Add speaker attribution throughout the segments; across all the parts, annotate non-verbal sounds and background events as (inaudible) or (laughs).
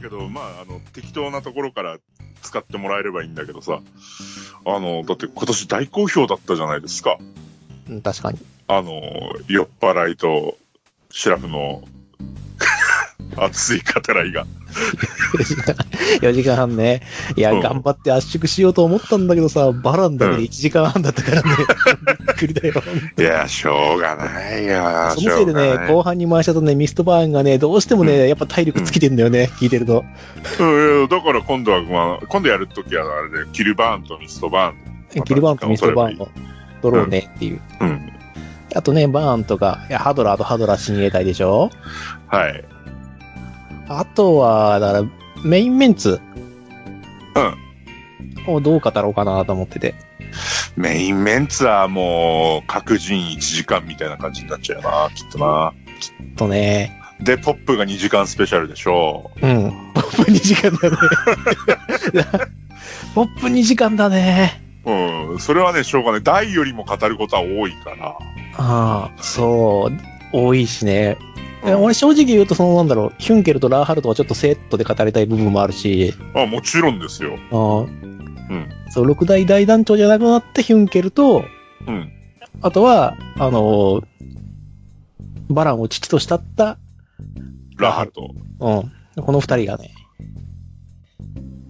Speaker 1: けど、まあ、あの、適当なところから使ってもらえればいいんだけどさ、あの、だって今年大好評だったじゃないですか。
Speaker 2: うん、確かに。 (laughs)
Speaker 1: あの、酔っ払いと、シラフの (laughs) 熱い語らいが。
Speaker 2: 4時間、4時間半ね。いや、
Speaker 1: うん
Speaker 2: 頑張って圧縮しようと思ったんだけどさ、バランだけで1時間半だったからね。 (laughs) びっくりだよ。
Speaker 1: いや、しょうがないよ。
Speaker 2: そのせい
Speaker 1: し
Speaker 2: で
Speaker 1: ょうが
Speaker 2: ね、
Speaker 1: ない
Speaker 2: 後半に回したとね、ミストバーンがね、どうしてもね、
Speaker 1: う
Speaker 2: やっぱ体力尽きてんだよね、聞いてると。
Speaker 1: うんいやだから今度は、まあ、今度やるときはあれで、キルバーンとミストバーン。また
Speaker 2: ギルバーンとミストバーンを取ろうねっていう。
Speaker 1: うん。
Speaker 2: あとね、バーンとか、いやハドラーとハドラー親衛隊でしょ
Speaker 1: はい。
Speaker 2: あとは、だから、メインメンツ。をどう語ろうかなと思ってて。
Speaker 1: メインメンツはもう、各人1時間みたいな感じになっちゃうよな、きっとな。
Speaker 2: とね、
Speaker 1: で、ポップが2時間スペシャルでしょ
Speaker 2: うん。ポップ2時間だね。 (laughs) ポップ2時間だね。
Speaker 1: う。うん。それはね、しょうがない。大よりも語ることは多いから。
Speaker 2: ああ、そう、多いしね。
Speaker 1: うん
Speaker 2: え俺正直言うと、そのなんだろう、ヒュンケルとラーハルトはちょっとセットで語りたい部分もあるし、
Speaker 1: あ、もちろんですよ。
Speaker 2: あー
Speaker 1: うん
Speaker 2: そう、六大大団長じゃなくなってヒュンケルと、
Speaker 1: うん。
Speaker 2: あとは、あのーバランを父と慕った、
Speaker 1: ラハルト。
Speaker 2: うん、この二人がね、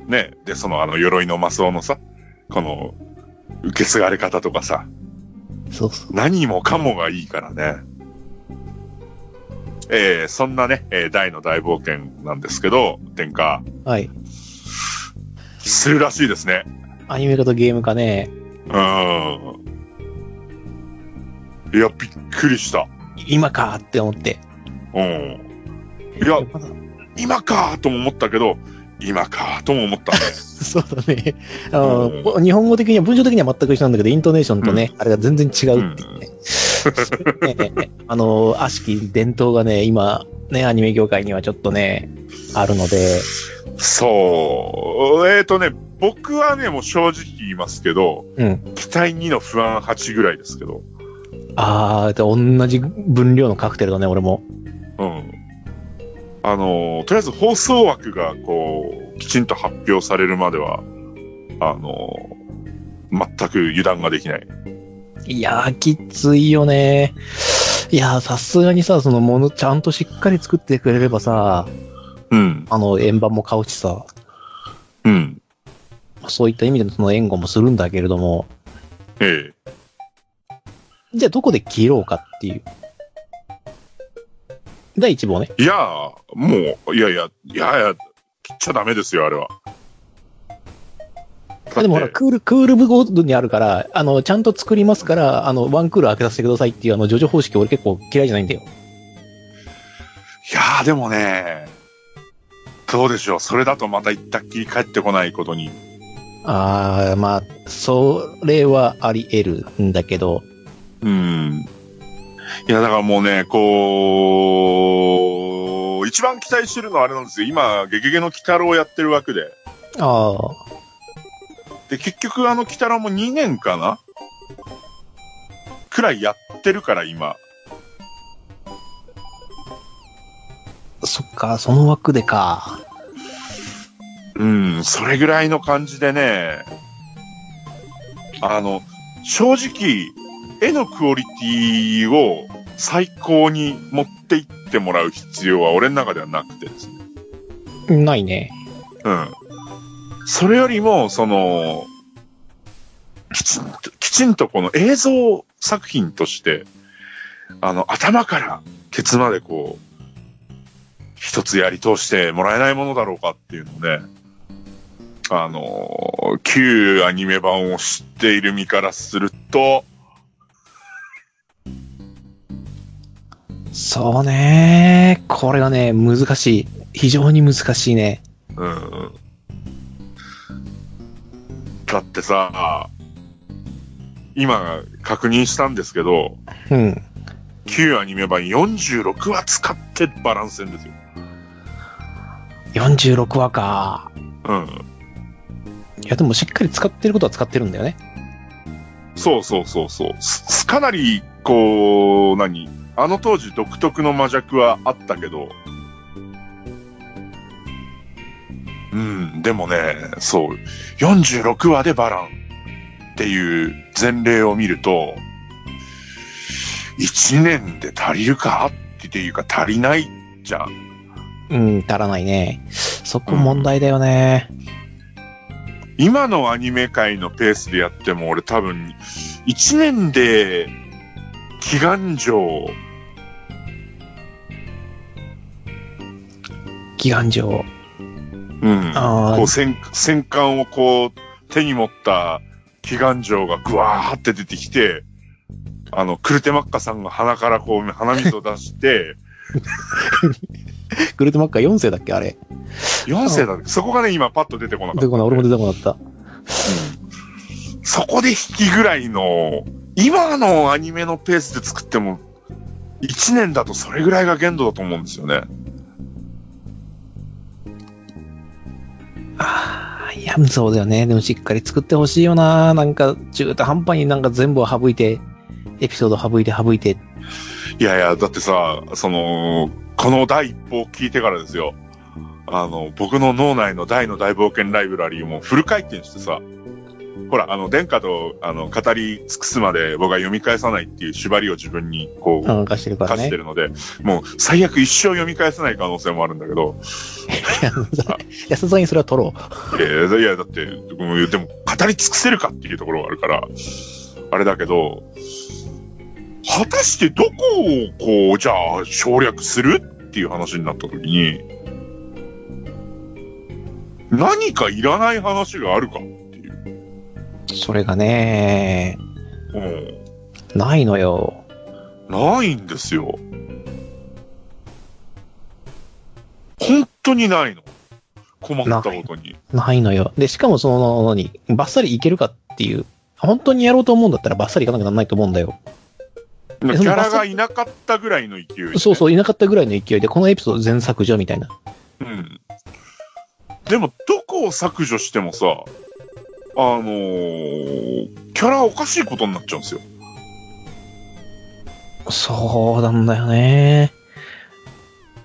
Speaker 1: ね。で、その、あの、鎧のマスオのさ、この、受け継がれ方とかさ、
Speaker 2: そうそう。
Speaker 1: 何もかもがいいからね。えー、そんなね、えー大の大冒険なんですけど、天下、
Speaker 2: はい。
Speaker 1: するらしいですね。
Speaker 2: アニメ化とゲーム化ね、
Speaker 1: うーん。いや、びっくりした。
Speaker 2: 今かって思って。
Speaker 1: うん。いや
Speaker 2: まだ
Speaker 1: 今かとも思ったけど、今かとも思ったね。
Speaker 2: (laughs) そうだね。あ
Speaker 1: う
Speaker 2: の
Speaker 1: ん
Speaker 2: ぼ日本語的には、文章的には全く一緒なんだけど、イントネーションとね、あれが全然違うっていうね。ねあの、悪しき伝統がね、今、ね、アニメ業界にはちょっとね、あるので、
Speaker 1: そう。えっ、ー、とね、僕はね、もう正直言いますけど、
Speaker 2: うん。
Speaker 1: 期待2の不安8ぐらいですけど。
Speaker 2: あー、で同じ分量のカクテルだね、俺も。
Speaker 1: うん。あのー、とりあえず放送枠が、こう、きちんと発表されるまでは、あのー、全く油断ができない。
Speaker 2: いやー、きついよね。いやー、さすがにさ、そのもの、ちゃんとしっかり作ってくれればさ、
Speaker 1: うん。
Speaker 2: あの、円盤も買うしさ、
Speaker 1: うん。
Speaker 2: そういった意味でのその援護もするんだけれども、
Speaker 1: ええ
Speaker 2: じゃあどこで切ろうかっていう。第1部をね。
Speaker 1: いやー、もう、いやいや、いやいや、切っちゃダメですよ、あれは。
Speaker 2: でもほ
Speaker 1: だっ
Speaker 2: ら、
Speaker 1: て
Speaker 2: クール、クール部ごとにあるから、あの、ちゃんと作りますから、あの、ワンクール開けさせてくださいっていう、あの、ジョジョ方式俺結構嫌いじゃないんだよ。
Speaker 1: いやーでもね、どうでしょう。それだとまた行ったっきり帰ってこないことに。
Speaker 2: あー、まあ、それはあり得るんだけど、
Speaker 1: うん。いや、だからもうね、こう、一番期待してるのはあれなんですよ。今、ゲゲゲの鬼太郎をやってるわけで。
Speaker 2: あー、
Speaker 1: で、結局あの鬼太郎も2年かなくらいやってるから、今。
Speaker 2: そっか、その枠でか。
Speaker 1: うん、それぐらいの感じでね、あの、正直、絵のクオリティを最高に持っていってもらう必要は俺の中ではなくてですね。
Speaker 2: ないね。
Speaker 1: うん。それよりも、その、きちんと、きちんとこの映像作品として、あの、頭からケツまでこう、一つやり通してもらえないものだろうかっていうので、あの、旧アニメ版を知っている身からすると、
Speaker 2: そうねこれがね、難しい。非常に難しいね。
Speaker 1: うん。だってさ、今確認したんですけど、
Speaker 2: うん。
Speaker 1: 旧アニメ版46話使ってバランス戦ですよ。
Speaker 2: 46話か。
Speaker 1: うん。
Speaker 2: いや、でもしっかり使ってることは使ってるんだよね。
Speaker 1: そうそうそうそう。すかなり、こう、何あの当時独特の魔弱はあったけど、うん、でもね、そう、46話でバランっていう前例を見ると、1年で足りるかっていうか足りないじゃん。
Speaker 2: うん、足らないね。そこ問題だよね。
Speaker 1: 今のアニメ界のペースでやっても俺多分、1年で、祈願城、
Speaker 2: 祈願城。
Speaker 1: うん、
Speaker 2: あ
Speaker 1: こう
Speaker 2: ー
Speaker 1: 戦戦艦をこう手に持った祈願城がぐわーって出てきて、あの、クルテマッカさんが鼻からこう鼻水を出
Speaker 2: (laughs)
Speaker 1: して、
Speaker 2: グルートマッカー4世だっけあれ。
Speaker 1: 4世だね。そこがね、今パッと出てこなかった、
Speaker 2: で、この俺も出てこなかった。
Speaker 1: うんそこで引きぐらいの、今のアニメのペースで作っても、1年だとそれぐらいが限度だと思うんですよね。
Speaker 2: ああ、いや、そうだよね。でもしっかり作ってほしいよな。なんか、中途半端になんか全部を省いて、エピソード省いて省いて。
Speaker 1: いやいや、だってさ、その、この第一報を聞いてからですよ。あの、僕の脳内の大の大冒険ライブラリーもフル回転してさ、ほら、あの、殿下と、あの、語り尽くすまで僕は読み返さないっていう縛りを自分に、こう、
Speaker 2: うん、貸してるから
Speaker 1: 課し
Speaker 2: ね (laughs)
Speaker 1: て。るので、もう最悪一生読み返さない可能性もあるんだけど、
Speaker 2: いや、さすがにそれは取ろう。
Speaker 1: いやいやいや、だって、もうでも、語り尽くせるかっていうところがあるから、あれだけど、果たしてどこを、こう、じゃあ、省略するっていう話になった時に、何かいらない話があるかっていう。
Speaker 2: それがね、
Speaker 1: うん。
Speaker 2: ないのよ。
Speaker 1: ないんですよ。本当にないの。困ったことに。
Speaker 2: ないのよ。で、しかもその、何、バッサリいけるかっていう。本当にやろうと思うんだったらバッサリいかなきゃならないと思うんだよ。
Speaker 1: キ
Speaker 2: えその
Speaker 1: ャラがいなかったぐらいの勢いでね、
Speaker 2: そうそう、いなかったぐらいの勢いで、このエピソード全削除みたいな。
Speaker 1: うん。でも、どこを削除してもさ、あのーキャラおかしいことになっちゃうんですよ。
Speaker 2: そうなんだよね。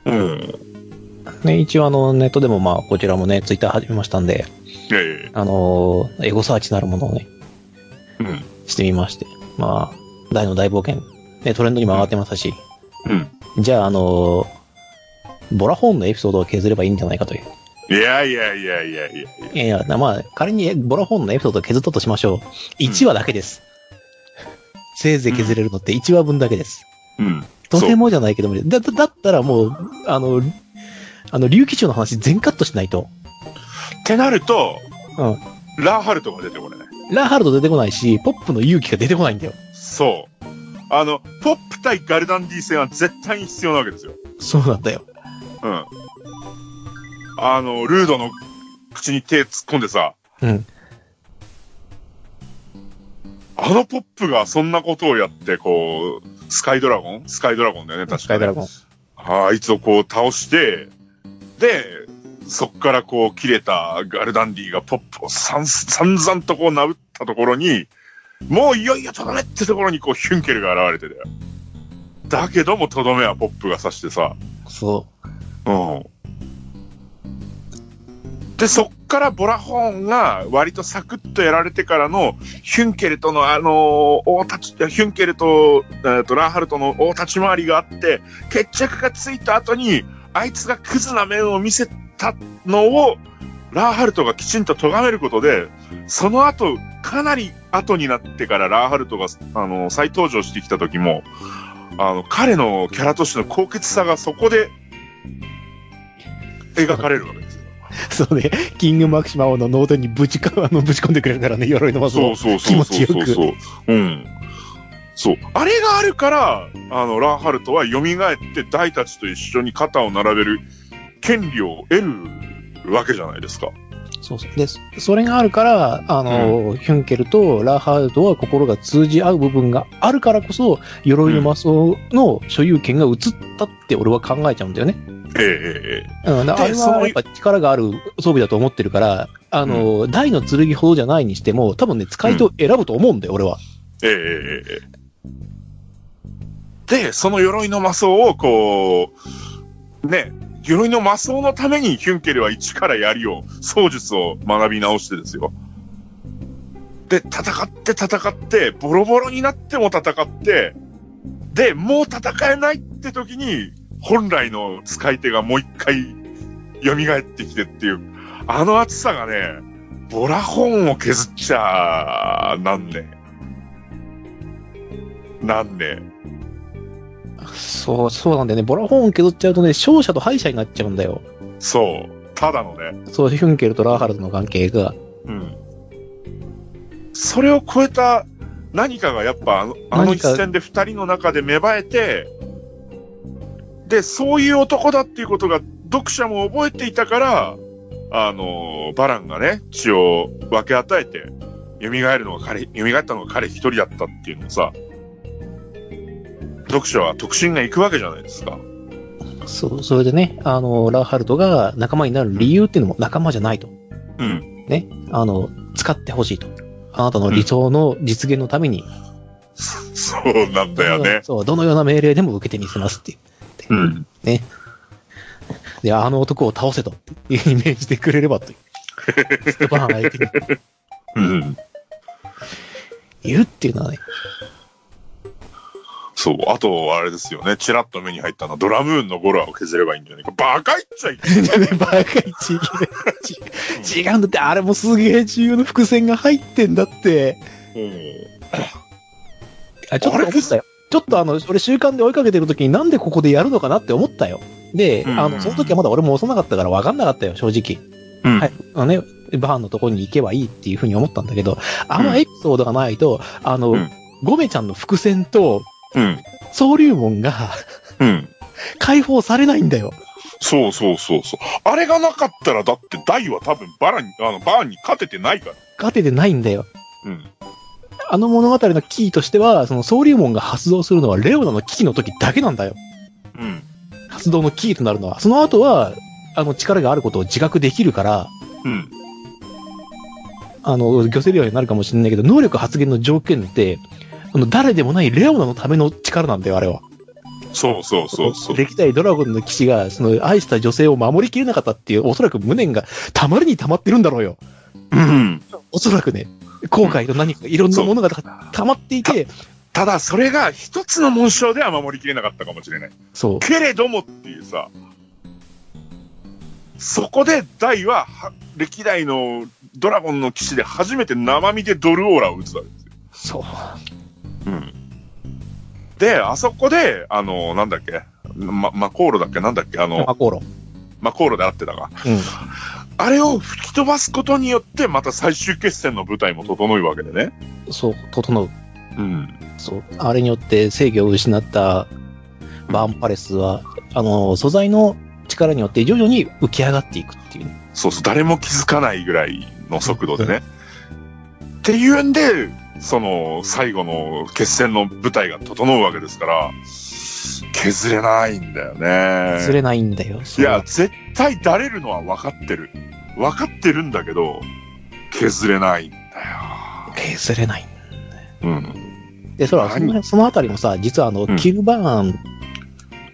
Speaker 1: うん。
Speaker 2: ね、一応あの、ネットでもまあ、こちらもね、ツイッター始めましたんで、
Speaker 1: いやいやいや
Speaker 2: あのーエゴサーチなるものをね、
Speaker 1: うん。
Speaker 2: してみまして。まあ、大の大冒険。ね、トレンドにも上がってますし。
Speaker 1: うん。
Speaker 2: じゃあ、あのーボラホーンのエピソードを削ればいいんじゃないかという。
Speaker 1: いやいやいやいやいや。
Speaker 2: いやいや、なまあ、仮にえボラホーンのエピソードを削ったとしましょう。1話だけです。せいぜい削れるのって1話分だけです。
Speaker 1: うん。
Speaker 2: とてもじゃないけども、だ、だだったらもう、あの、あの、竜騎長の話全カットしないと。
Speaker 1: ってなると、
Speaker 2: うん。
Speaker 1: ラーハルトが出てこれない。
Speaker 2: ラーハルト出てこないし、ポップの勇気が出てこないんだよ。
Speaker 1: そう。あの、ポップ対ガルダンディ戦は絶対に必要なわけですよ。
Speaker 2: そうなんだよ。
Speaker 1: うん。あの、ルードの口に手突っ込んでさ、
Speaker 2: うん。
Speaker 1: あのポップがそんなことをやって、こう、スカイドラゴンスカイドラゴンだよね、確
Speaker 2: ス
Speaker 1: か
Speaker 2: カイ
Speaker 1: に、
Speaker 2: ドラゴン。
Speaker 1: あいつをこう倒して、で、そっからこう切れたガルダンディがポップをさん散々とこう殴ったところに、もういよいよとどめってところにこうヒュンケルが現れてたよ。だけどもとどめはポップが刺してさ、
Speaker 2: そ
Speaker 1: うん。で、そっからボラホーンが割とサクッとやられてからのヒュンケルとのあのー大立ち、ヒュンケルと,、えーとラーハルトの大立ち回りがあって、決着がついた後に、あいつがクズな面を見せたのを、ラーハルトがきちんと咎めることで、その後、かなり後になってからラーハルトが、あのー再登場してきた時も、あの、彼のキャラとしての高潔さがそこで描かれるわけですよ。
Speaker 2: う。そうね。キングマキシマ王の脳天にぶちか、あの、ぶち込んでくれるからね、鎧の魔
Speaker 1: そ
Speaker 2: 装
Speaker 1: う。そうそうそう
Speaker 2: 気
Speaker 1: そ
Speaker 2: 持
Speaker 1: う
Speaker 2: ち
Speaker 1: そう。うん。そう。あれがあるから、あの、ラーハルトは蘇って大たちと一緒に肩を並べる権利を得るわけじゃないですか。
Speaker 2: そうそう。で、そそれがあるから、あの、ヒュンケルとラーハルトは心が通じ合う部分があるからこそ、鎧の魔装の所有権が移ったって俺は考えちゃうんだよね。
Speaker 1: ええええ
Speaker 2: うん、だからあれ
Speaker 1: その
Speaker 2: はやっぱ力がある装備だと思ってるから、あの、大の剣ほどじゃないにしても、多分ね、使い手を選ぶと思うんだよ、俺は。
Speaker 1: ええええええで、その鎧の魔装をこう、ね、鎧の魔装のためにヒュンケルは一から槍を、槍術を学び直してですよ。で、戦って戦って、ボロボロになっても戦って、で、もう戦えないって時に、本来の使い手がもう一回蘇ってきてっていう、あの熱さがね、ボラホンを削っちゃ、なんね。なんね。
Speaker 2: そう、そうなんだよね。ボラホーン削っちゃうとね、勝者と敗者になっちゃうんだよ。
Speaker 1: そう。ただのね。
Speaker 2: そう、ヒュンケルとラーハルとの関係が。
Speaker 1: うん。それを超えた何かがやっぱあのあの
Speaker 2: 何
Speaker 1: 一
Speaker 2: か
Speaker 1: 戦で二人の中で芽生えて、で、そういう男だっていうことが読者も覚えていたから、あの、バランがね、血を分け与えて、蘇るのが彼、蘇ったのが彼一人だったっていうのをさ、読者は特進が行くわけじゃないですか。
Speaker 2: そう、それでね、あの、ラーハルトが仲間になる理由っていうのも仲間じゃないと。
Speaker 1: うん。
Speaker 2: ね。あの、使ってほしいと。あなたの理想の実現のために、
Speaker 1: (laughs) そうなんだよね。
Speaker 2: そう、どのような命令でも受けてみせますっていう。
Speaker 1: うん。
Speaker 2: で、あの男を倒せと、イメージしてくれればという。一晩相手に
Speaker 1: うん。
Speaker 2: 言うっていうのはね、
Speaker 1: そう。あと、あれですよね。チラッと目に入ったのは、ドラムーンのゴロアを削ればいいんじゃないか。バカ言っちゃいけない。
Speaker 2: バカ一撃で違う違うんだって、あれもすげえ重要な伏線が入ってんだって。あ、ちょっと思ったよ。ちょっとあの、俺習慣で追いかけてる時になんでここでやるのかなって思ったよ。で、
Speaker 1: うん
Speaker 2: あの、その時はまだ俺も幼かったから分かんなかったよ、正直。
Speaker 1: うん
Speaker 2: はい。あのね、バーンのとこに行けばいいっていうふうに思ったんだけど、あのエピソードがないと、あの、
Speaker 1: うん
Speaker 2: ゴメちゃんの伏線と、
Speaker 1: うん。
Speaker 2: 総龍門が (laughs)
Speaker 1: うん。
Speaker 2: 解放されないんだよ。
Speaker 1: そうそうそうそう。あれがなかったら、だって、ダイは多分、バラに、あの、バーンに勝ててないから。
Speaker 2: 勝ててないんだよ。
Speaker 1: うん。
Speaker 2: あの物語のキーとしては、その総龍門が発動するのはレオナの危機の時だけなんだよ。
Speaker 1: うん。
Speaker 2: 発動のキーとなるのは。その後は、あの力があることを自覚できるから、
Speaker 1: うん。
Speaker 2: あの、漁せるようになるかもしれないけど、能力発現の条件って、あの、誰でもないレオナのための力なんだよ、あれは。
Speaker 1: そうそうそうそう。
Speaker 2: 歴代ドラゴンの騎士が、その、愛した女性を守りきれなかったっていう、おそらく無念がたまりに溜まってるんだろうよ。
Speaker 1: うん。
Speaker 2: おそらくね、後悔と何か、いろんなものが溜まっていて、
Speaker 1: ただ、それが一つの紋章では守りきれなかったかもしれない。
Speaker 2: そう。
Speaker 1: けれどもっていうさ、そこでダイはは歴代のドラゴンの騎士で初めて生身でドルオーラを打つわけですよ。
Speaker 2: そう。
Speaker 1: で、あそこで、あの、なんだっけ、ま、マコーロだっけ、なんだっけ、あの、
Speaker 2: マコーロ。
Speaker 1: マコーロで会ってたが、
Speaker 2: うん。
Speaker 1: あれを吹き飛ばすことによって、また最終決戦の舞台も整うわけでね。
Speaker 2: そう、整う。
Speaker 1: うん。
Speaker 2: そう。あれによって制御を失ったバーンパレスは、あの、素材の力によって徐々に浮き上がっていくっていうね。
Speaker 1: そうそう、誰も気づかないぐらいの速度でね。っていうんで、その、最後の決戦の舞台が整うわけですから、削れないんだよね。
Speaker 2: 釣れないんだよ。
Speaker 1: い
Speaker 2: そう
Speaker 1: や、絶対だれるのは分かってる。分かってるんだけど、削れないんだよ。
Speaker 2: 削れない。
Speaker 1: うん。
Speaker 2: で、そら、そ
Speaker 1: 何
Speaker 2: の、そのあたりもさ、実はあの、
Speaker 1: うん
Speaker 2: キルバーン、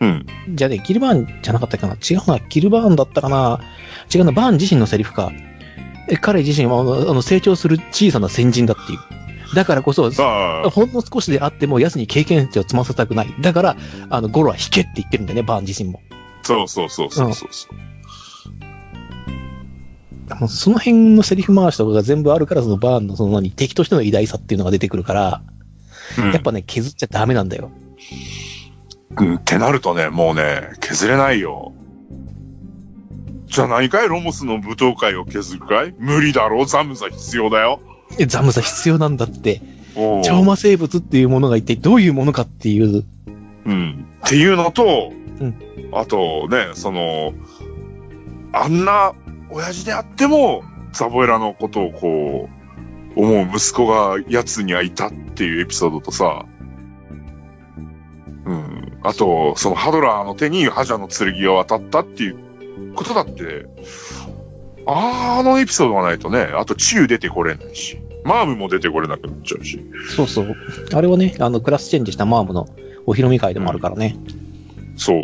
Speaker 1: うん。
Speaker 2: じゃね、キルバーンじゃなかったかな違うな、キルバーンだったかな違うな、バーン自身のセリフか。え彼自身はあのあの成長する小さな先人だっていう。だからこそ、
Speaker 1: さあ、
Speaker 2: ほんの少しであっても、奴に経験値を積ませたくない。だから、あの、ゴロは引けって言ってるんだよね、バーン自身も。
Speaker 1: そうそうそうそうそうそう。
Speaker 2: もうその辺のセリフ回しとかが全部あるから、そのバーンのその何、敵としての偉大さっていうのが出てくるから、
Speaker 1: うん
Speaker 2: やっぱね、削っちゃダメなんだよ。
Speaker 1: うん、ってなるとね、もうね、削れないよ。じゃあ何かいロモスの舞踏会を削るかい無理だろザムザ必要だよ。
Speaker 2: えザムザ必要なんだって。
Speaker 1: おう
Speaker 2: 超魔生物っていうものが一体どういうものかっていう、
Speaker 1: うん。っていうのと、
Speaker 2: うん
Speaker 1: あとね、その、あんな親父であっても、ザボエラのことをこう、思う息子が奴にはいたっていうエピソードとさ、うん。あと、そのハドラーの手に覇者の剣が渡ったっていうことだって、あーあのエピソードがないとね、あと治癒出てこれないし、マームも出てこれなくなっちゃうし。
Speaker 2: そうそう。あれはね、あの、クラスチェンジしたマームのお披露目会でもあるからね。
Speaker 1: そう。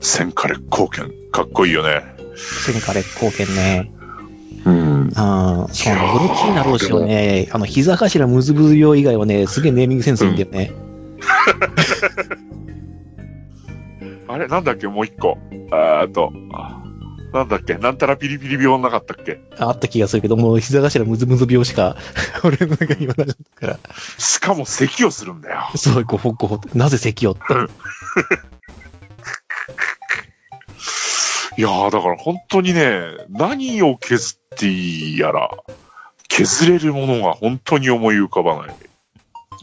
Speaker 1: 戦火烈光剣、かっこいいよね。
Speaker 2: 戦火烈光剣ね。
Speaker 1: うん。
Speaker 2: ああ、そう
Speaker 1: いや
Speaker 2: な
Speaker 1: ー
Speaker 2: の。ブロッキーナロー氏はね、あの、膝頭ムズブズ用以外はね、すげえネーミングセンスいいんだよね。
Speaker 1: あれ、なんだっけ、もう一個。あーっと、なんだっけ、なんたらピリピリ病なかったっけ。
Speaker 2: あった気がするけど、もう膝頭ムズムズ病しか、 (laughs) 俺の中にはなかったから。
Speaker 1: しかも咳をするんだよ。
Speaker 2: すごい、ごほごほって。なぜ咳をって。
Speaker 1: いやー、だから本当にね、何を削っていいやら、削れるものが本当に思い浮かばない。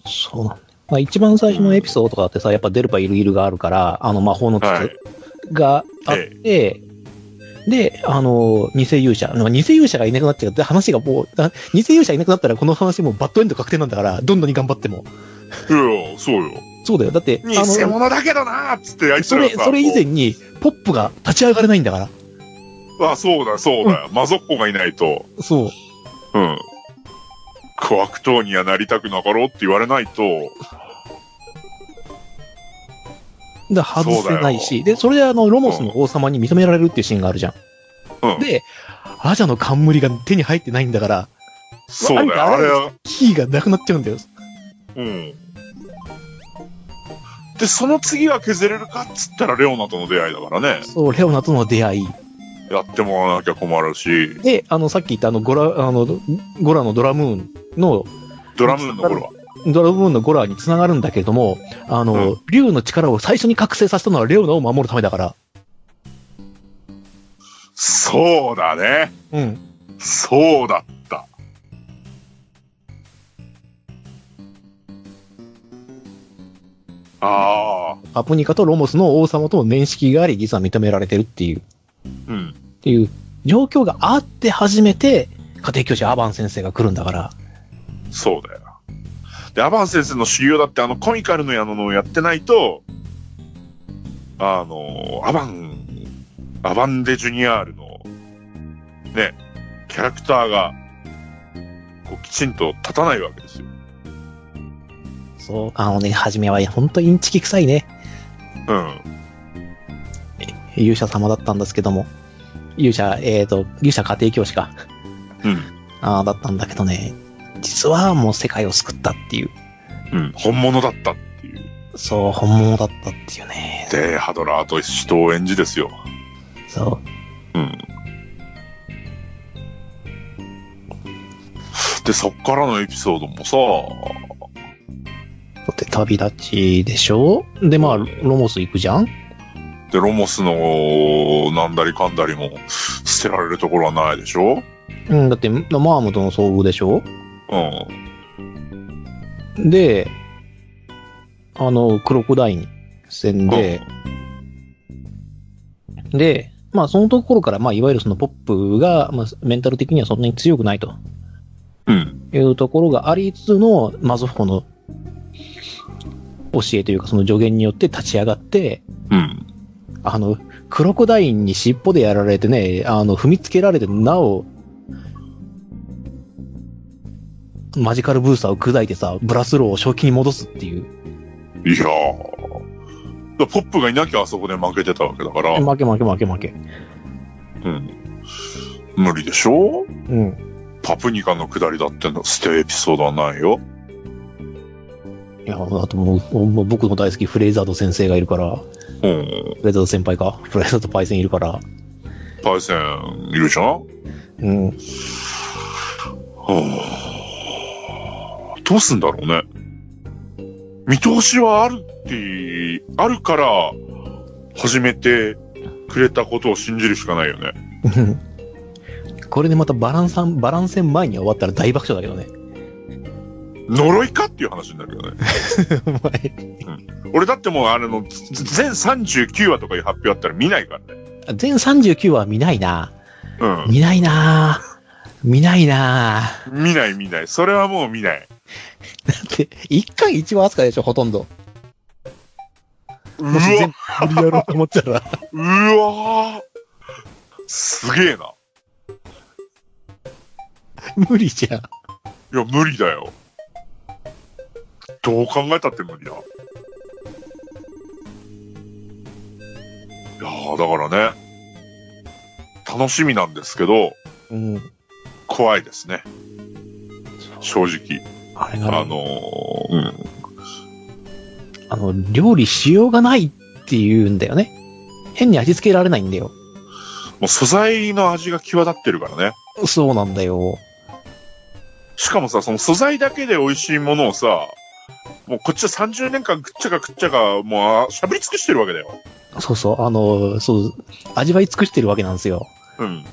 Speaker 2: そうなんだ。まあ、一番最初のエピソードとかってさ、やっぱデルパイルイルがあるから、あの魔法の
Speaker 1: は
Speaker 2: 筒
Speaker 1: い。
Speaker 2: があって、で、あの、偽勇者。なんか偽勇者がいなくなっちゃって、話がもう、あ偽勇者いなくなったらこの話もうバッドエンド確定なんだから、どんなに頑張っても。
Speaker 1: いや、そうよ。
Speaker 2: そうだよ。だって、あの
Speaker 1: 偽物だけどなーっつってやり
Speaker 2: そ
Speaker 1: たら
Speaker 2: れ、
Speaker 1: さ
Speaker 2: それ以前に、ポップが立ち上がれないんだから。
Speaker 1: あ、そうだ、そうだ。マゾッコがいないと、
Speaker 2: そう。
Speaker 1: うん。小悪党にはなりたくなかろうって言われないと、
Speaker 2: だから外せないし、で、それであの、ロモスの王様に認められるっていうシーンがあるじゃん。
Speaker 1: うん
Speaker 2: で、アジャの冠が手に入ってないんだから、
Speaker 1: そうだよ。
Speaker 2: あ
Speaker 1: あ
Speaker 2: れ
Speaker 1: れは、
Speaker 2: キーがなくなっちゃうんだよ。
Speaker 1: うん。で、その次は削れるかっつったら、レオナとの出会いだからね。
Speaker 2: そう、レオナとの出会い。
Speaker 1: やってもらわなきゃ困るし、
Speaker 2: で、あの、さっき言ったあの、ゴラ、あの、ゴラのドラムーンの、
Speaker 1: ドラムの頃は。
Speaker 2: ドラムーンのゴラに繋がるんだけれども、あの、
Speaker 1: う
Speaker 2: 竜の力を最初に覚醒させたのはレオナを守るためだから。
Speaker 1: そうだね。
Speaker 2: うん。
Speaker 1: そうだった。ああ、
Speaker 2: アプニカとロモスの王様との面識があり、実は認められてるっていう。
Speaker 1: うん。
Speaker 2: っていう状況があって初めて、家庭教師アバン先生が来るんだから。
Speaker 1: そうだよ。で、アバン先生の修行だって、あの、コミカルのやのをやってないと、あの、アバン、アバンデジュニアールの、ね、キャラクターが、こう、きちんと立たないわけですよ。
Speaker 2: そう。あのね、初めは本当インチキ臭いね、
Speaker 1: うん。
Speaker 2: 勇者様だったんですけども。勇者、えっ、と、勇者家庭教師か。
Speaker 1: うん。
Speaker 2: あーだったんだけどね、実はもう世界を救ったっていう。
Speaker 1: うん。本物だったっていう。
Speaker 2: そう、本物だったっていうね。
Speaker 1: で、ハドラーと人を演じですよ。
Speaker 2: そ
Speaker 1: うん。で、そっからのエピソードもさ、
Speaker 2: う。で、旅立ちでしょで、まあ、ロモス行くじゃん
Speaker 1: で、ロモスの、なんだりかんだりも、捨てられるところはないでしょ
Speaker 2: うん、だって、マームとの遭遇でしょ
Speaker 1: うん。
Speaker 2: で、あの、クロコダイン戦で、で、まあそのところから、まあいわゆるそのポップが、まあメンタル的にはそんなに強くないと
Speaker 1: うん。
Speaker 2: いうところがありつつの、マゾフコの教えというかその助言によって立ち上がって、
Speaker 1: うん。
Speaker 2: あの、クロコダインに尻尾でやられてね、あの、踏みつけられて、なお、マジカルブースターを砕いてさ、ブラスローを正気に戻すっていう。
Speaker 1: いやー。だポップがいなきゃあそこで負けてたわけだから、
Speaker 2: 負け負け負け負け。
Speaker 1: うん。無理でしょ
Speaker 2: うん。
Speaker 1: パプニカの下りだっての捨てエピソードはないよ。
Speaker 2: いや、あともう、もう僕の大好きフレイザード先生がいるから、フ
Speaker 1: うん。
Speaker 2: レイザード先輩か、フレイザードパイセンいるから、
Speaker 1: パイセン、いるじゃん
Speaker 2: うん。 (laughs)
Speaker 1: はあ、どうすんだろうね。見通しはあるって、あるから、始めてくれたことを信じるしかないよね。
Speaker 2: これでまたバランさん、バラン戦前に終わったら大爆笑だけどね。
Speaker 1: 呪いかっていう話になるよね。
Speaker 2: お前
Speaker 1: 俺だってもうあれの、ず全39話とかいう発表あったら見ないからね。
Speaker 2: 全39話は見ないな
Speaker 1: うん。
Speaker 2: 見ないな見ないな
Speaker 1: 見ない見ない。それはもう見ない。
Speaker 2: だって、1回1話 (laughs) 扱いでしょ、ほとんど。
Speaker 1: う
Speaker 2: もし全
Speaker 1: わ
Speaker 2: 部無理やろうと思ったら。 (laughs)
Speaker 1: うわすげえな。
Speaker 2: 無理じゃん。
Speaker 1: いや、無理だよ。どう考えたって無理だ。いやーだからね、楽しみなんですけど、
Speaker 2: うん。
Speaker 1: 怖いですね、正直。
Speaker 2: あれがね、
Speaker 1: あ
Speaker 2: あ
Speaker 1: の
Speaker 2: の
Speaker 1: ーうん。
Speaker 2: 料理しようがないって言うんだよね。変に味付けられないんだよ。
Speaker 1: もう素材の味が際立ってるからね。
Speaker 2: そうなんだよ。
Speaker 1: しかもさ、その素材だけで美味しいものをさ、もうこっちは30年間くっちゃかくっちゃか、もうあ喋り尽くしてるわけだよ。
Speaker 2: そうそう、あの、そう、味わい尽くしてるわけなんですよ。
Speaker 1: うん。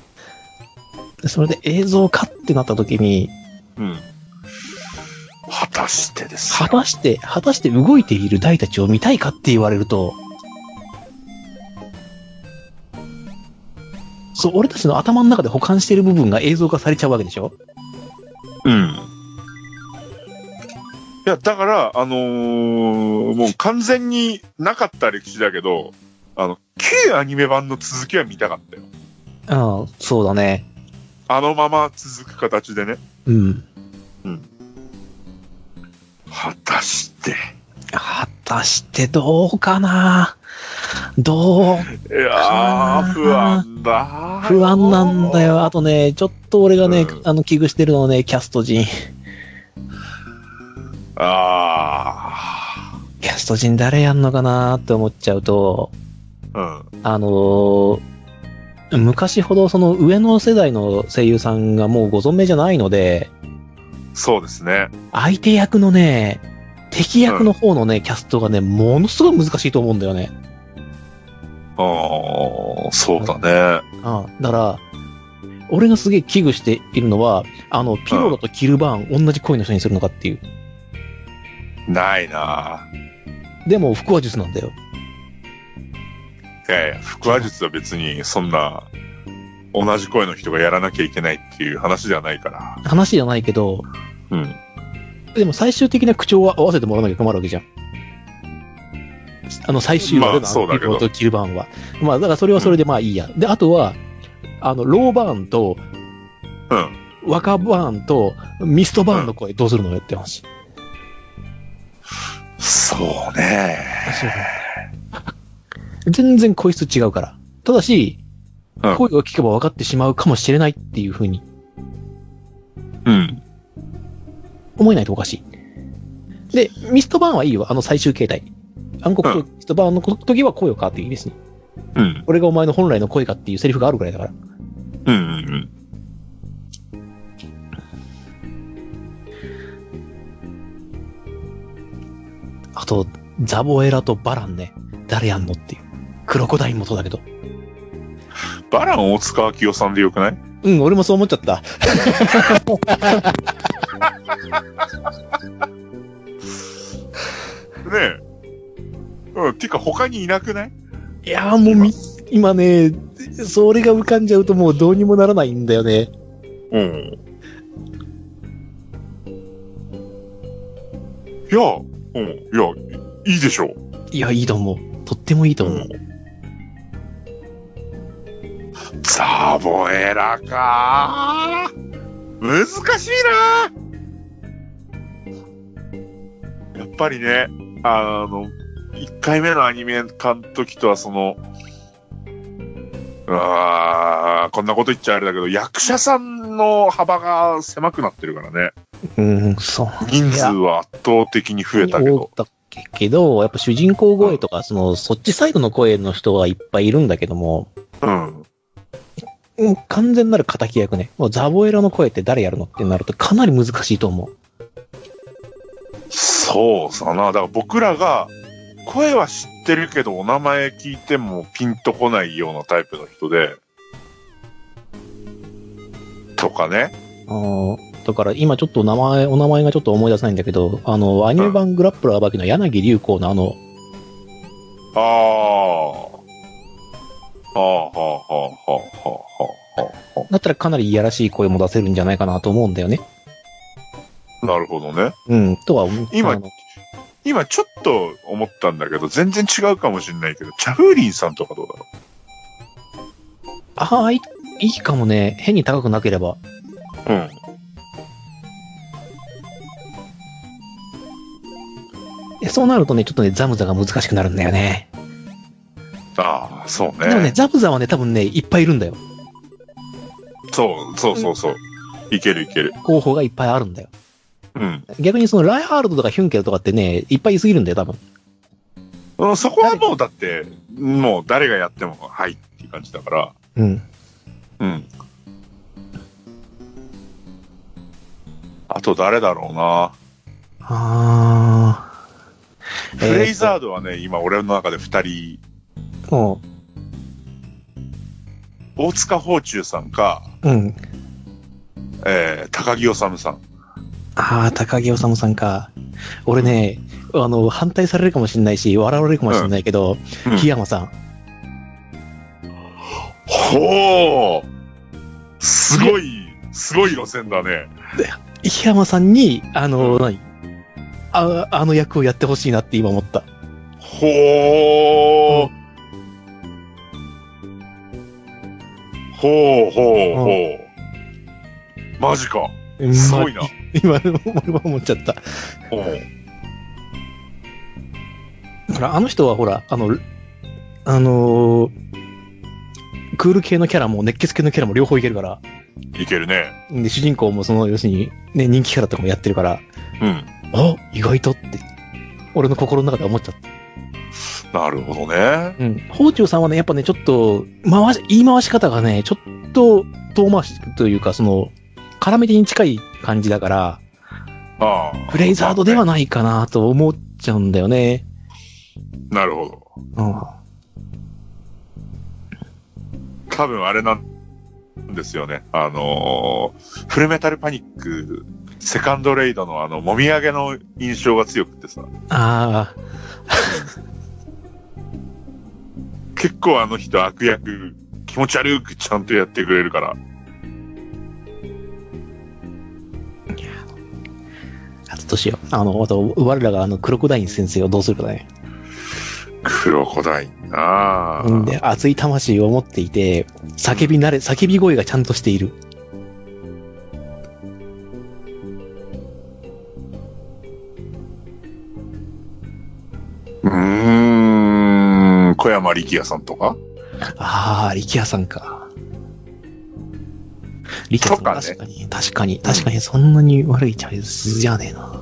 Speaker 2: それで映像かってなった時に、
Speaker 1: うん。果たしてですよ
Speaker 2: 果たして、果たして動いている台たちを見たいかって言われると、そう、俺たちの頭の中で保管している部分が映像化されちゃうわけでしょ
Speaker 1: うん。いや、だから、あのーもう完全になかった歴史だけど、あの、旧アニメ版の続きは見たかったよ。
Speaker 2: うん、そうだね。
Speaker 1: あのまま続く形でね。
Speaker 2: うん。
Speaker 1: 果たして。
Speaker 2: 果たしてどうかなどう
Speaker 1: いやー、不安だ。
Speaker 2: 不安なんだ。よ。あとね、ちょっと俺がね、
Speaker 1: うん
Speaker 2: あの、危惧してるのはね、キャスト陣。
Speaker 1: あ
Speaker 2: キャスト陣誰やんのかなって思っちゃうと、
Speaker 1: ー。うん。
Speaker 2: あのー昔ほどその上の世代の声優さんがもうご存命じゃないので、
Speaker 1: そうですね。
Speaker 2: 相手役のね、敵役の方のね、キャストがね、ものすごい難しいと思うんだよね。
Speaker 1: あー、そうだね。
Speaker 2: ああだから、俺がすげえ危惧しているのは、あの、ピロロとキルバーン、同じ声の人にするのかっていう。
Speaker 1: ないな
Speaker 2: でも、腹話術なんだよ。
Speaker 1: いやいや、腹話術は別にそんな、同じ声の人がやらなきゃいけないっていう話ではないから。
Speaker 2: 話じゃないけど、
Speaker 1: うん。
Speaker 2: でも最終的な口調は合わせてもらわなきゃ困るわけじゃん。あの最終話で
Speaker 1: まあ
Speaker 2: の
Speaker 1: そうだけど
Speaker 2: アンピロとキルバーンは。まあだからそれはそれでまあいいや。で、あとは、あの、ローバーンと
Speaker 1: うん。
Speaker 2: 若バーンとミストバーンの声どうするのよって話。
Speaker 1: そうね。
Speaker 2: 全然声質違うから。ただし、
Speaker 1: うん
Speaker 2: 声を聞けば分かってしまうかもしれないっていう風に
Speaker 1: うん。
Speaker 2: 思えないとおかしい。で、ミストバーンはいいよ。あの最終形態。暗黒とミストバーンの時は声を変わっていいですね。
Speaker 1: うん。
Speaker 2: 俺がお前の本来の声かっていうセリフがあるぐらいだから。
Speaker 1: うん。うん。
Speaker 2: あと、ザボエラとバランね。誰やんのっていう。クロコダインもそうだけど。
Speaker 1: バラン大塚明夫さんでよくない
Speaker 2: うん、俺もそう思っちゃった。
Speaker 1: ねえ。うん。ていうか他にいなくない
Speaker 2: いやーもうみ、今ね、それが浮かんじゃうともうどうにもならないんだよね。
Speaker 1: うん。いや、うん。いや、いいでしょう。
Speaker 2: いや、いいと思う。とってもいいと思う。
Speaker 1: ザボエラか難しいなやっぱりね、あの、1回目のアニメ化の時とはその、あーこんなこと言っちゃあれだけど、役者さんの幅が狭くなってるからね。
Speaker 2: うん、そう。
Speaker 1: 人数は圧倒的に増えたけど。
Speaker 2: だけど、やっぱ主人公声とか、その、そっちサイドの声の人はいっぱいいるんだけども、
Speaker 1: うん。
Speaker 2: うん完全なる敵役ね。もうザボエラの声って誰やるのってなるとかなり難しいと思う。
Speaker 1: そうさな。だから僕らが、声は知ってるけど、お名前聞いてもピンとこないようなタイプの人で、とかね。
Speaker 2: あのだから今ちょっと名前、お名前がちょっと思い出せないんだけど、あの、アニメ版グラップラーバキの柳流行のあの、
Speaker 1: あー。はあ、はあ、はあ、はあ、はあ、は
Speaker 2: だったらかなりいやらしい声も出せるんじゃないかなと思うんだよね。
Speaker 1: あ。なるほどね。
Speaker 2: うん、とは思う。
Speaker 1: 今
Speaker 2: あの
Speaker 1: 今ちょっと思ったんだけど、全然違うかもしれないけど、チャフーリンさんとかどうだろ
Speaker 2: ああ、いいいいかもね。変に高くなければ。
Speaker 1: ううん。
Speaker 2: えそうなるとね、ちょっとね、ザムザが難しくなるんだよね。
Speaker 1: ああ、そう
Speaker 2: でもね、
Speaker 1: ね。
Speaker 2: ザブザはね、多分ね、いっぱいいるんだよ。
Speaker 1: そう、そうそうそう。いけるいける。
Speaker 2: 候補がいっぱいあるんだよ。
Speaker 1: うん。
Speaker 2: 逆にそのライハールドとかヒュンケルとかってね、いっぱいいすぎるんだよ、多分。
Speaker 1: うんそこはもうだって、もう誰がやっても、はいっていう感じだから。
Speaker 2: うん。
Speaker 1: うん。あと誰だろうな。
Speaker 2: あー。
Speaker 1: フレイ
Speaker 2: ー
Speaker 1: ザードはね、今俺の中で二人、
Speaker 2: も
Speaker 1: 大塚宝中さんか、
Speaker 2: う、うん。
Speaker 1: えー、高木治さん。
Speaker 2: ああ、高木治さんか。俺ね、あの、反対されるかもしれないし、笑われるかもしれないけど、
Speaker 1: うん
Speaker 2: 檜山さん。
Speaker 1: ほうすごい、すごい路線だね。
Speaker 2: 檜山さんに、あの、何ああの役をやってほしいなって今思った。
Speaker 1: ほう。ほうほうほう。マジか。すごいな
Speaker 2: まあ。今、俺は思っちゃった。
Speaker 1: ほう
Speaker 2: ほら、あの人はほら、あの、あのークール系のキャラも熱血系のキャラも両方いけるから、
Speaker 1: いけるね。
Speaker 2: で、主人公もその、要するに、ね、人気キャラとかもやってるから、
Speaker 1: うん。
Speaker 2: あ意外とって、俺の心の中で思っちゃった。
Speaker 1: なるほどね。
Speaker 2: うん。包丁さんはね、やっぱね、ちょっと、回し、言い回し方がね、ちょっと、遠回しというか、その、絡め手に近い感じだから、
Speaker 1: ああ。
Speaker 2: フレイザードでは
Speaker 1: な。
Speaker 2: ないかなと思っちゃうんだよね。
Speaker 1: なるほど。
Speaker 2: うん。
Speaker 1: 多分あれなんですよね。あのーフルメタルパニック、セカンドレイドのあの、もみあげの印象が強くてさ。
Speaker 2: ああ、
Speaker 1: 結構あの人悪役気持ち悪くちゃんとやってくれるから。
Speaker 2: あとどうしよう。あの、あと、我らがあの、クロコダイン先生をどうするかだね。
Speaker 1: クロコダインな
Speaker 2: うん
Speaker 1: ぁ。
Speaker 2: で、熱い魂を持っていて、叫び慣れ、叫び声がちゃんとしている。
Speaker 1: うーん、小山力也さんとか
Speaker 2: ああ、力也さんか。力也さん、
Speaker 1: とか
Speaker 2: 確かに、確かに、確かに、そんなに悪いチャイスじゃねえな。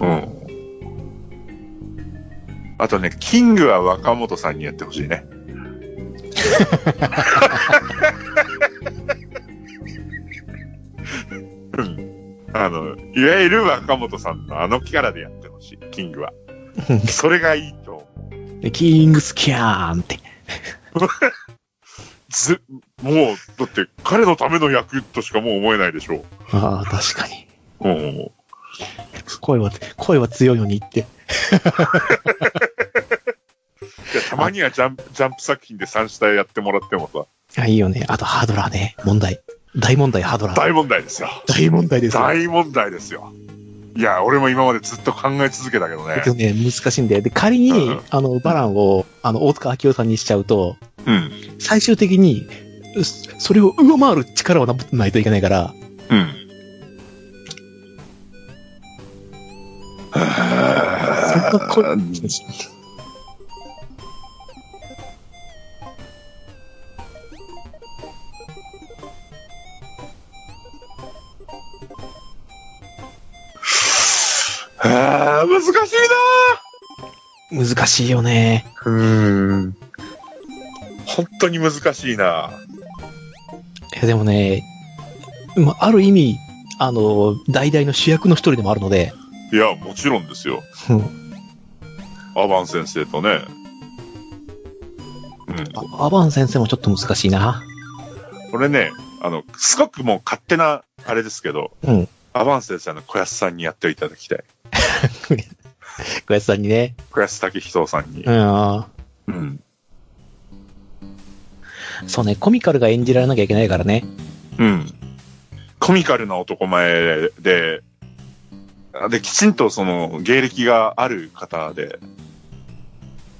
Speaker 1: うん。あとね、キングは若本さんにやってほしいね。うんあの、いわゆる若本さんのあのキャラでやってほしい、キングは。それがいいと思う。
Speaker 2: キングスキャーンって。
Speaker 1: ず、もう、だって彼のための役としかもう思えないでしょ
Speaker 2: ああ、確かに。
Speaker 1: う。うん。
Speaker 2: 声は、声は強いのにって。
Speaker 1: いやたまにはジャンプ、ジャンプ作品で三下やってもらってもさ、
Speaker 2: あ、いいよね。あと、ハードラーね。問題。大問題、ハードラー。
Speaker 1: 大問題ですよ。
Speaker 2: 大問題ですよ。
Speaker 1: 大問題ですよ。いや、俺も今までずっと考え続けたけどね
Speaker 2: だけ。どね、難しいんで。で、仮に、
Speaker 1: うん
Speaker 2: あの、バランを、あの、大塚明夫さんにしちゃうと、
Speaker 1: うん。
Speaker 2: 最終的に、うそれを上回る力を持ってないといけないから、
Speaker 1: うん。
Speaker 2: そんなこ
Speaker 1: うんあー難しいな
Speaker 2: 難しいよね。
Speaker 1: ーうん。本当に難しいない
Speaker 2: や、でもね、まある意味、あの、代々の主役の一人でもあるので、
Speaker 1: いや、もちろんですよ。
Speaker 2: うん
Speaker 1: アバン先生とね。うん。
Speaker 2: あアバン先生もちょっと難しいな。
Speaker 1: これね、あの、すごくもう勝手な、あれですけど、
Speaker 2: うん。
Speaker 1: アバン先生の小安さんにやっていただきたい。
Speaker 2: 小安さんにね。
Speaker 1: 小安武人さんに
Speaker 2: う。ん。
Speaker 1: うん。
Speaker 2: そうね、コミカルが演じられなきゃいけないからね。
Speaker 1: うん。コミカルな男前で、で、きちんとその、芸歴がある方で、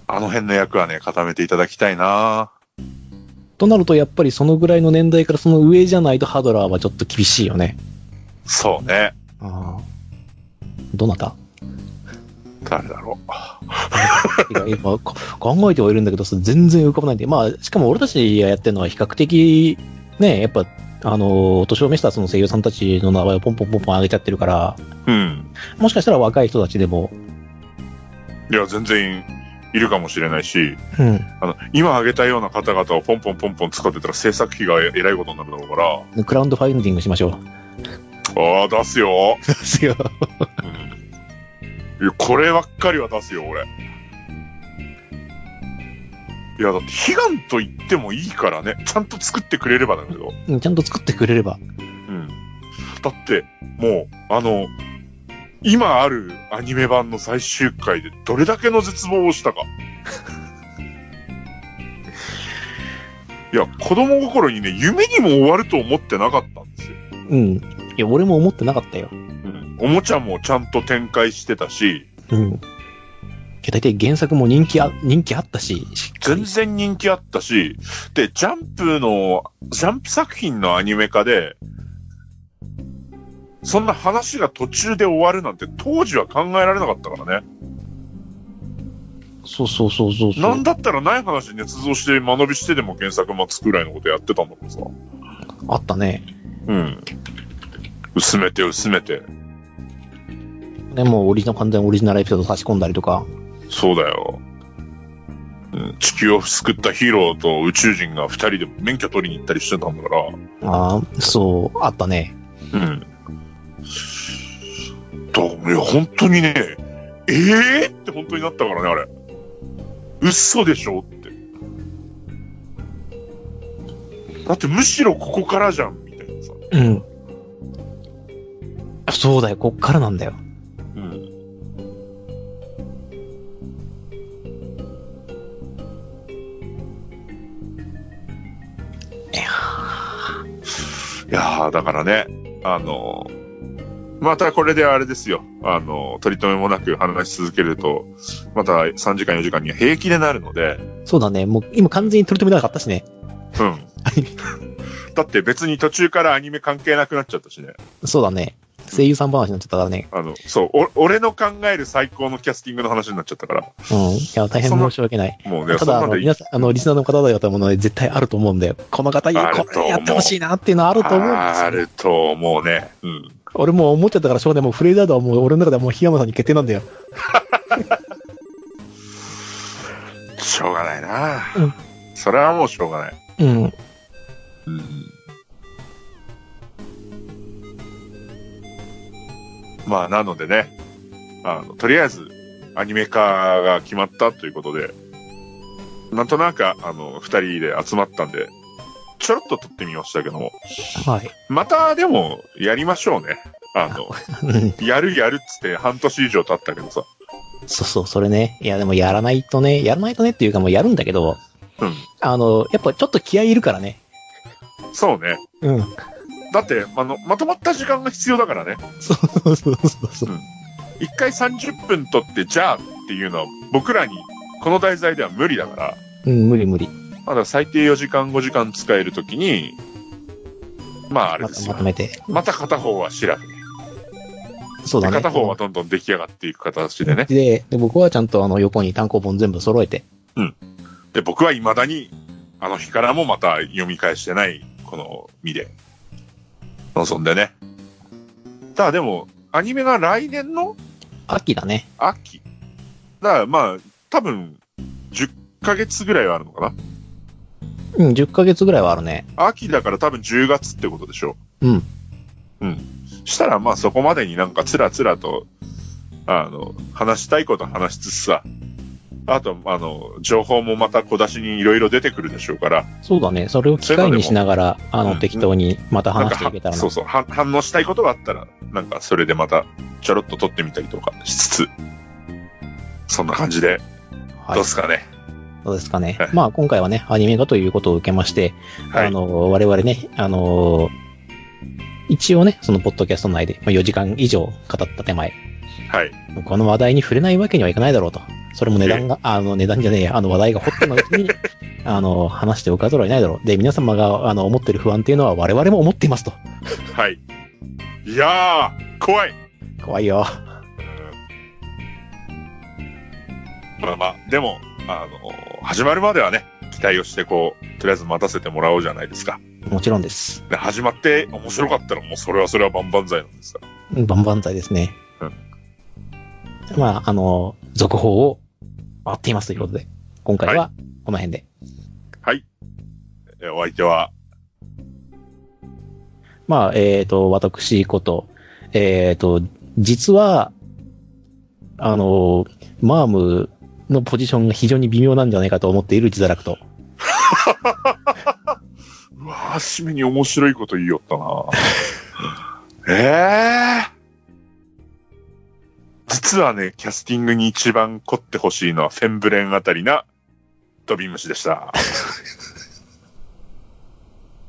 Speaker 1: あの辺の役はね、固めていただきたいな
Speaker 2: となると、やっぱりそのぐらいの年代からその上じゃないとハドラーはちょっと厳しいよね。
Speaker 1: そうね。
Speaker 2: ああ。どなた
Speaker 1: 誰だろう。
Speaker 2: いや今こ考えてはいるんだけどさ、全然浮かばないんで、まあ、しかも俺たちがやってるのは比較的、ね、やっぱ、あの、年を召したその声優さんたちの名前をポンポンポンポン上げちゃってるから、
Speaker 1: うん。
Speaker 2: もしかしたら若い人たちでも、
Speaker 1: いや、全然いるかもしれないし、
Speaker 2: うん、
Speaker 1: あの、今挙げたような方々をポンポンポンポン使ってたら制作費がえらいことになるだろうか
Speaker 2: クラウンドファインディングしましょう。
Speaker 1: ら、ああ、出すよ。
Speaker 2: ですよ。
Speaker 1: いや、こればっかりは出すよ、俺。いや、だって、悲願と言ってもいいからね。ちゃんと作ってくれればだけど。
Speaker 2: ちゃんと作ってくれれば。
Speaker 1: うん。だって、もう、あの、今あるアニメ版の最終回でどれだけの絶望をした (laughs) か。いや、子供心にね、夢にも終わると思ってなかったんですよ。
Speaker 2: うん。いや、俺も思ってなかったよ。
Speaker 1: うん。おもちゃもちゃんと展開してたし、
Speaker 2: うん。いや、大体原作も人気あ、人気あったし、しっか
Speaker 1: 全
Speaker 2: り
Speaker 1: 然人気あったし、で、ジャンプの、ジャンプ作品のアニメ化で、そんな話が途中で終わるなんて当時は考えられなかったからね。
Speaker 2: そうそうそうそうそう。
Speaker 1: なんだったらない話捏造して間延びしてでも原作待つくらいのことやってたんだからさ。
Speaker 2: あったね。
Speaker 1: うん。薄めて薄めて。
Speaker 2: でもうオリジナル、完全オリジナルエピソード差し込んだりとか。
Speaker 1: そうだよ。うん地球を救ったヒーローと宇宙人が二人で免許取りに行ったりしてたんだから。
Speaker 2: ああ、そう、あったね。
Speaker 1: うん。だいや、本当にね、ええって本当になったからね、あれ。嘘でしょって。だってむしろここからじゃん、みたいなさ。
Speaker 2: うん。そうだよ、こっからなんだよ。
Speaker 1: うん。
Speaker 2: いや
Speaker 1: いやー、だからね、あのまたこれであれですよ。あの取り留めもなく話し続けると、また3時間4時間には平気でなるので、
Speaker 2: そうだね、もう今完全に取り留めなかったしね。
Speaker 1: うん。だって別に途中からアニメ関係なくなっちゃったしね。
Speaker 2: そうだね。声優さん話になっちゃったからね。
Speaker 1: あの、そう、お俺の考える最高のキャスティングの話になっちゃったから、
Speaker 2: うん。いや、大変申し訳ない。
Speaker 1: もうね、そ
Speaker 2: た
Speaker 1: ん
Speaker 2: だ、あ
Speaker 1: なん
Speaker 2: の、
Speaker 1: でいい
Speaker 2: 皆さん、あの、リスナーの方々もね、絶対あると思うんだよ。この方、いや
Speaker 1: あると
Speaker 2: こ
Speaker 1: 思う
Speaker 2: れやってほしいなっていうのはあると思うんです
Speaker 1: あ
Speaker 2: よ。
Speaker 1: ると思うね。うん。
Speaker 2: 俺もう思っちゃったから、少年もうフレーザードはもう俺の中ではもう檜山さんに決定なんだよ。
Speaker 1: しょうがないな、
Speaker 2: うん
Speaker 1: それはもうしょうがない。
Speaker 2: うん。
Speaker 1: うん。まあ、なのでね、あの、とりあえず、アニメ化が決まったということで、なんとなく、あの、二人で集まったんで、ちょろっと撮ってみましたけども、
Speaker 2: はい。
Speaker 1: またでも、やりましょうね。あ
Speaker 2: (laughs)
Speaker 1: の、
Speaker 2: うん
Speaker 1: やるやるっつって半年以上経ったけどさ。
Speaker 2: そうそう、それね。いや、でもやらないとね、やらないとねっていうかもうやるんだけど、
Speaker 1: うん。
Speaker 2: あの、やっぱちょっと気合いいるからね。
Speaker 1: そうね。
Speaker 2: うん。
Speaker 1: だって、あの、まとまった時間が必要だからね。
Speaker 2: そうそうそうそう。
Speaker 1: 一回30分撮って、じゃあっていうのは、僕らに、この題材では無理だから、
Speaker 2: うん、無理無理。
Speaker 1: まだ最低4時間5時間使えるときに、まああれ
Speaker 2: ま
Speaker 1: です
Speaker 2: と
Speaker 1: よ
Speaker 2: まと。めて。
Speaker 1: また片方は調べ、
Speaker 2: そうだ
Speaker 1: で
Speaker 2: ね。
Speaker 1: 片方はどんどん出来上がっていく形でね。
Speaker 2: で、で僕はちゃんとあの横に単行本全部揃えて。
Speaker 1: で、僕は未だに、あの日からもまた読み返してない、この身で、望んでね。ただでも、アニメが来年の
Speaker 2: 秋だね。
Speaker 1: 秋。だからまあ、多分、10ヶ月ぐらいはあるのかな。
Speaker 2: うん、10ヶ月ぐらいはあるね。
Speaker 1: 秋だから多分10月ってことでしょ
Speaker 2: うん。
Speaker 1: うん。したらまあそこまでになんかつらつらと、あの、話したいこと話しつつさ、あと、あの、情報もまた小出しにいろいろ出てくるでしょうから、
Speaker 2: そうだね。それを機会にしながら、あ
Speaker 1: う
Speaker 2: の、
Speaker 1: ん
Speaker 2: 適当にまた
Speaker 1: なん
Speaker 2: 話
Speaker 1: か
Speaker 2: していけたらな。
Speaker 1: そうそう、は反応したいことがあったら、なんかそれでまた、ちょろっと撮ってみたりとかしつつ、そんな感じで、
Speaker 2: は
Speaker 1: ど。
Speaker 2: いう
Speaker 1: すかね。
Speaker 2: どうですかね
Speaker 1: はい。
Speaker 2: まあ、今回はね、アニメ化ということを受けまして、
Speaker 1: はい。
Speaker 2: あの、我々ね、あの、一応ね、そのポッドキャスト内で、まあ、4時間以上語った手前、
Speaker 1: はい。
Speaker 2: この話題に触れないわけにはいかないだろうと。それも値段が、あの、値段じゃねえや、あの話題がホットなうちに、 (laughs) あの、話しておかざるを得ないだろう。で、皆様が、あの、思ってる不安っていうのは我々も思っていますと。
Speaker 1: はい。いやー、怖い。
Speaker 2: 怖いよ。
Speaker 1: まあまあ、でも、あの、始まるまではね、期待をして、こう、とりあえず待たせてもらおうじゃないですか。
Speaker 2: もちろんです。
Speaker 1: で、始まって面白かったら、もうそれはそれは万々歳なんですから。
Speaker 2: バンバン剤ですね。
Speaker 1: う
Speaker 2: まあ、あの、続報を待っていますということで、今回はこの辺で。
Speaker 1: えお相手は、
Speaker 2: まあ、えっ、と、私こと、えっ、と、実は、あの、マームのポジションが非常に微妙なんじゃないかと思っている自堕落と。
Speaker 1: うわぁ、締めに面白いこと言いよったなええ実はね、キャスティングに一番凝ってほしいのはフェンブレンあたりな、飛び虫でした。